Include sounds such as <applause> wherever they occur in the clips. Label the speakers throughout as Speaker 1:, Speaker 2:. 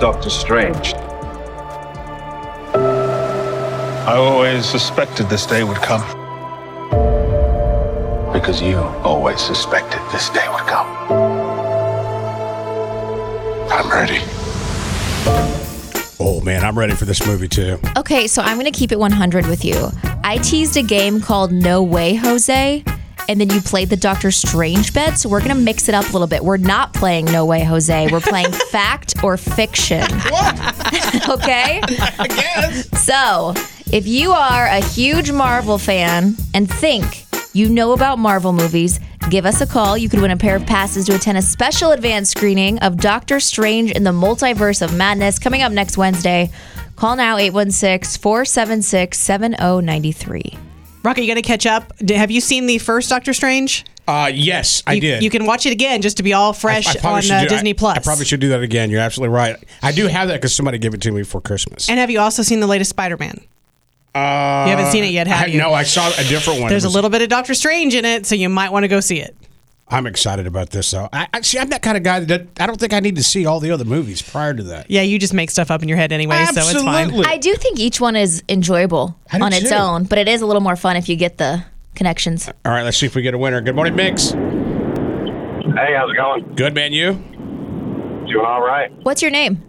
Speaker 1: Doctor Strange.
Speaker 2: I always suspected this day would come.
Speaker 3: Because you always suspected this day would come. I'm ready.
Speaker 4: Oh man, I'm ready for this movie too.
Speaker 5: Okay, so I'm going to keep it 100 with you. I teased a game called No Way Jose, and then you played the Doctor Strange bet. So we're going to mix it up a little bit. We're not playing No Way Jose. We're playing Fact or Fiction. <laughs> okay? I guess. So if you are a huge Marvel fan and think you know about Marvel movies, give us a call. You could win a pair of passes to attend a special advanced screening of Doctor Strange in the Multiverse of Madness coming up next Wednesday. Call now 816 476 7093.
Speaker 6: Rocket, you got to catch up. D- Have you seen the first Doctor Strange?
Speaker 4: Uh, yes, I
Speaker 6: you,
Speaker 4: did.
Speaker 6: You can watch it again just to be all fresh
Speaker 4: I probably
Speaker 6: on
Speaker 4: should
Speaker 6: uh,
Speaker 4: do-
Speaker 6: Disney
Speaker 4: I-
Speaker 6: Plus.
Speaker 4: I probably should do that again. You're absolutely right. I do have that because somebody gave it to me for Christmas.
Speaker 6: And have you also seen the latest Spider Man?
Speaker 4: Uh,
Speaker 6: you haven't seen it yet, have
Speaker 4: I,
Speaker 6: you?
Speaker 4: No, I saw a different one.
Speaker 6: There's a
Speaker 4: It was-
Speaker 6: little bit of Doctor Strange in it, so you might want to go see it.
Speaker 4: I'm excited about this though. I, I see. I'm that kind of guy that I don't think I need to see all the other movies prior to that.
Speaker 6: Yeah, you just make stuff up in your head anyway, so it's fine.
Speaker 4: Absolutely.
Speaker 5: I do think each one is enjoyable
Speaker 4: I do
Speaker 5: on its
Speaker 4: too.
Speaker 5: own, but it is a little more fun if you get the connections.
Speaker 4: all right, let's see if we get a winner. Good morning, Mix.
Speaker 1: Hey, how's it going?
Speaker 4: Good man, you.
Speaker 1: Doing all right,
Speaker 5: What's your name?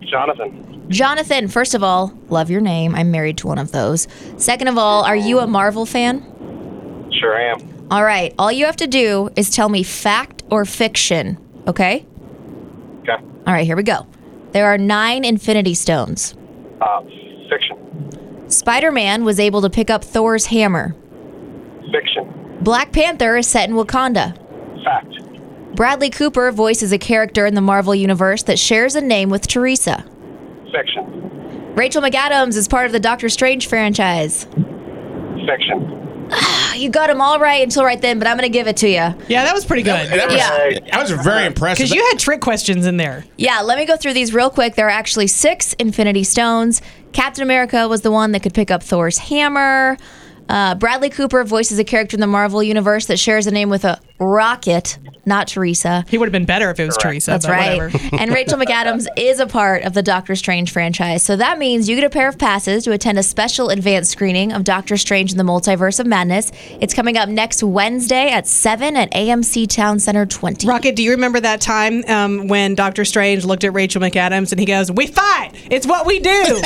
Speaker 1: Jonathan.
Speaker 5: Jonathan, first of all, love your name. I'm married to one of those. Second of all, are you a Marvel fan?
Speaker 1: Sure am.
Speaker 5: All right, all you have to do is tell me fact or fiction, okay?
Speaker 1: Okay.
Speaker 5: All right, here we go. There are nine Infinity Stones.
Speaker 1: Uh, fiction.
Speaker 5: Spider Man was able to pick up Thor's hammer.
Speaker 1: Fiction.
Speaker 5: Black Panther is set in Wakanda.
Speaker 1: Fact.
Speaker 5: Bradley Cooper voices a character in the Marvel Universe that shares a name with Teresa.
Speaker 1: Fiction.
Speaker 5: Rachel McAdams is part of the Doctor Strange franchise.
Speaker 1: Fiction.
Speaker 5: You got them all right until right then, but I'm going to give it to you.
Speaker 6: Yeah, that was pretty good.
Speaker 4: That was,
Speaker 5: Yeah.
Speaker 4: that was very impressive.
Speaker 6: Because you had trick questions in there.
Speaker 5: Yeah, let me go through these real quick. There are actually six Infinity Stones. Captain America was the one that could pick up Thor's hammer. Uh, Bradley Cooper voices a character in the Marvel Universe that shares a name with a rocket, not Teresa.
Speaker 6: He would have been better if it was Teresa.
Speaker 5: That's
Speaker 6: but
Speaker 5: right.
Speaker 6: Whatever.
Speaker 5: <laughs> and Rachel McAdams is a part of the Doctor Strange franchise. So that means you get a pair of passes to attend a special advanced screening of Doctor Strange in the Multiverse of Madness. It's coming up next Wednesday at 7 at AMC Town Center 20.
Speaker 6: Rocket, do you remember that time um, when Doctor Strange looked at Rachel McAdams and he goes, "We fight. It's what
Speaker 4: <laughs>
Speaker 6: we do."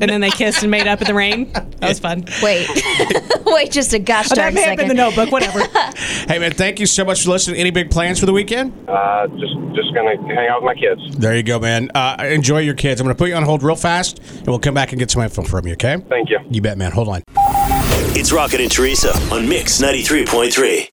Speaker 6: and then they kissed and made up in the rain. That was fun.
Speaker 5: Wait. <laughs> Wait just a gosh
Speaker 6: Oh,
Speaker 5: darn
Speaker 6: that may have
Speaker 5: second.
Speaker 6: been the notebook. Whatever.
Speaker 4: hey man, thank you so much for listening. Any big plans for the weekend?
Speaker 1: Uh, just just gonna hang out with my kids.
Speaker 4: There you go, man. Uh, enjoy your kids. I'm going to put you on hold real fast, and we'll come back and get some info from you. Okay?
Speaker 1: Thank you.
Speaker 4: You bet, man. Hold on.
Speaker 7: It's Rocket and Teresa on Mix 93.3.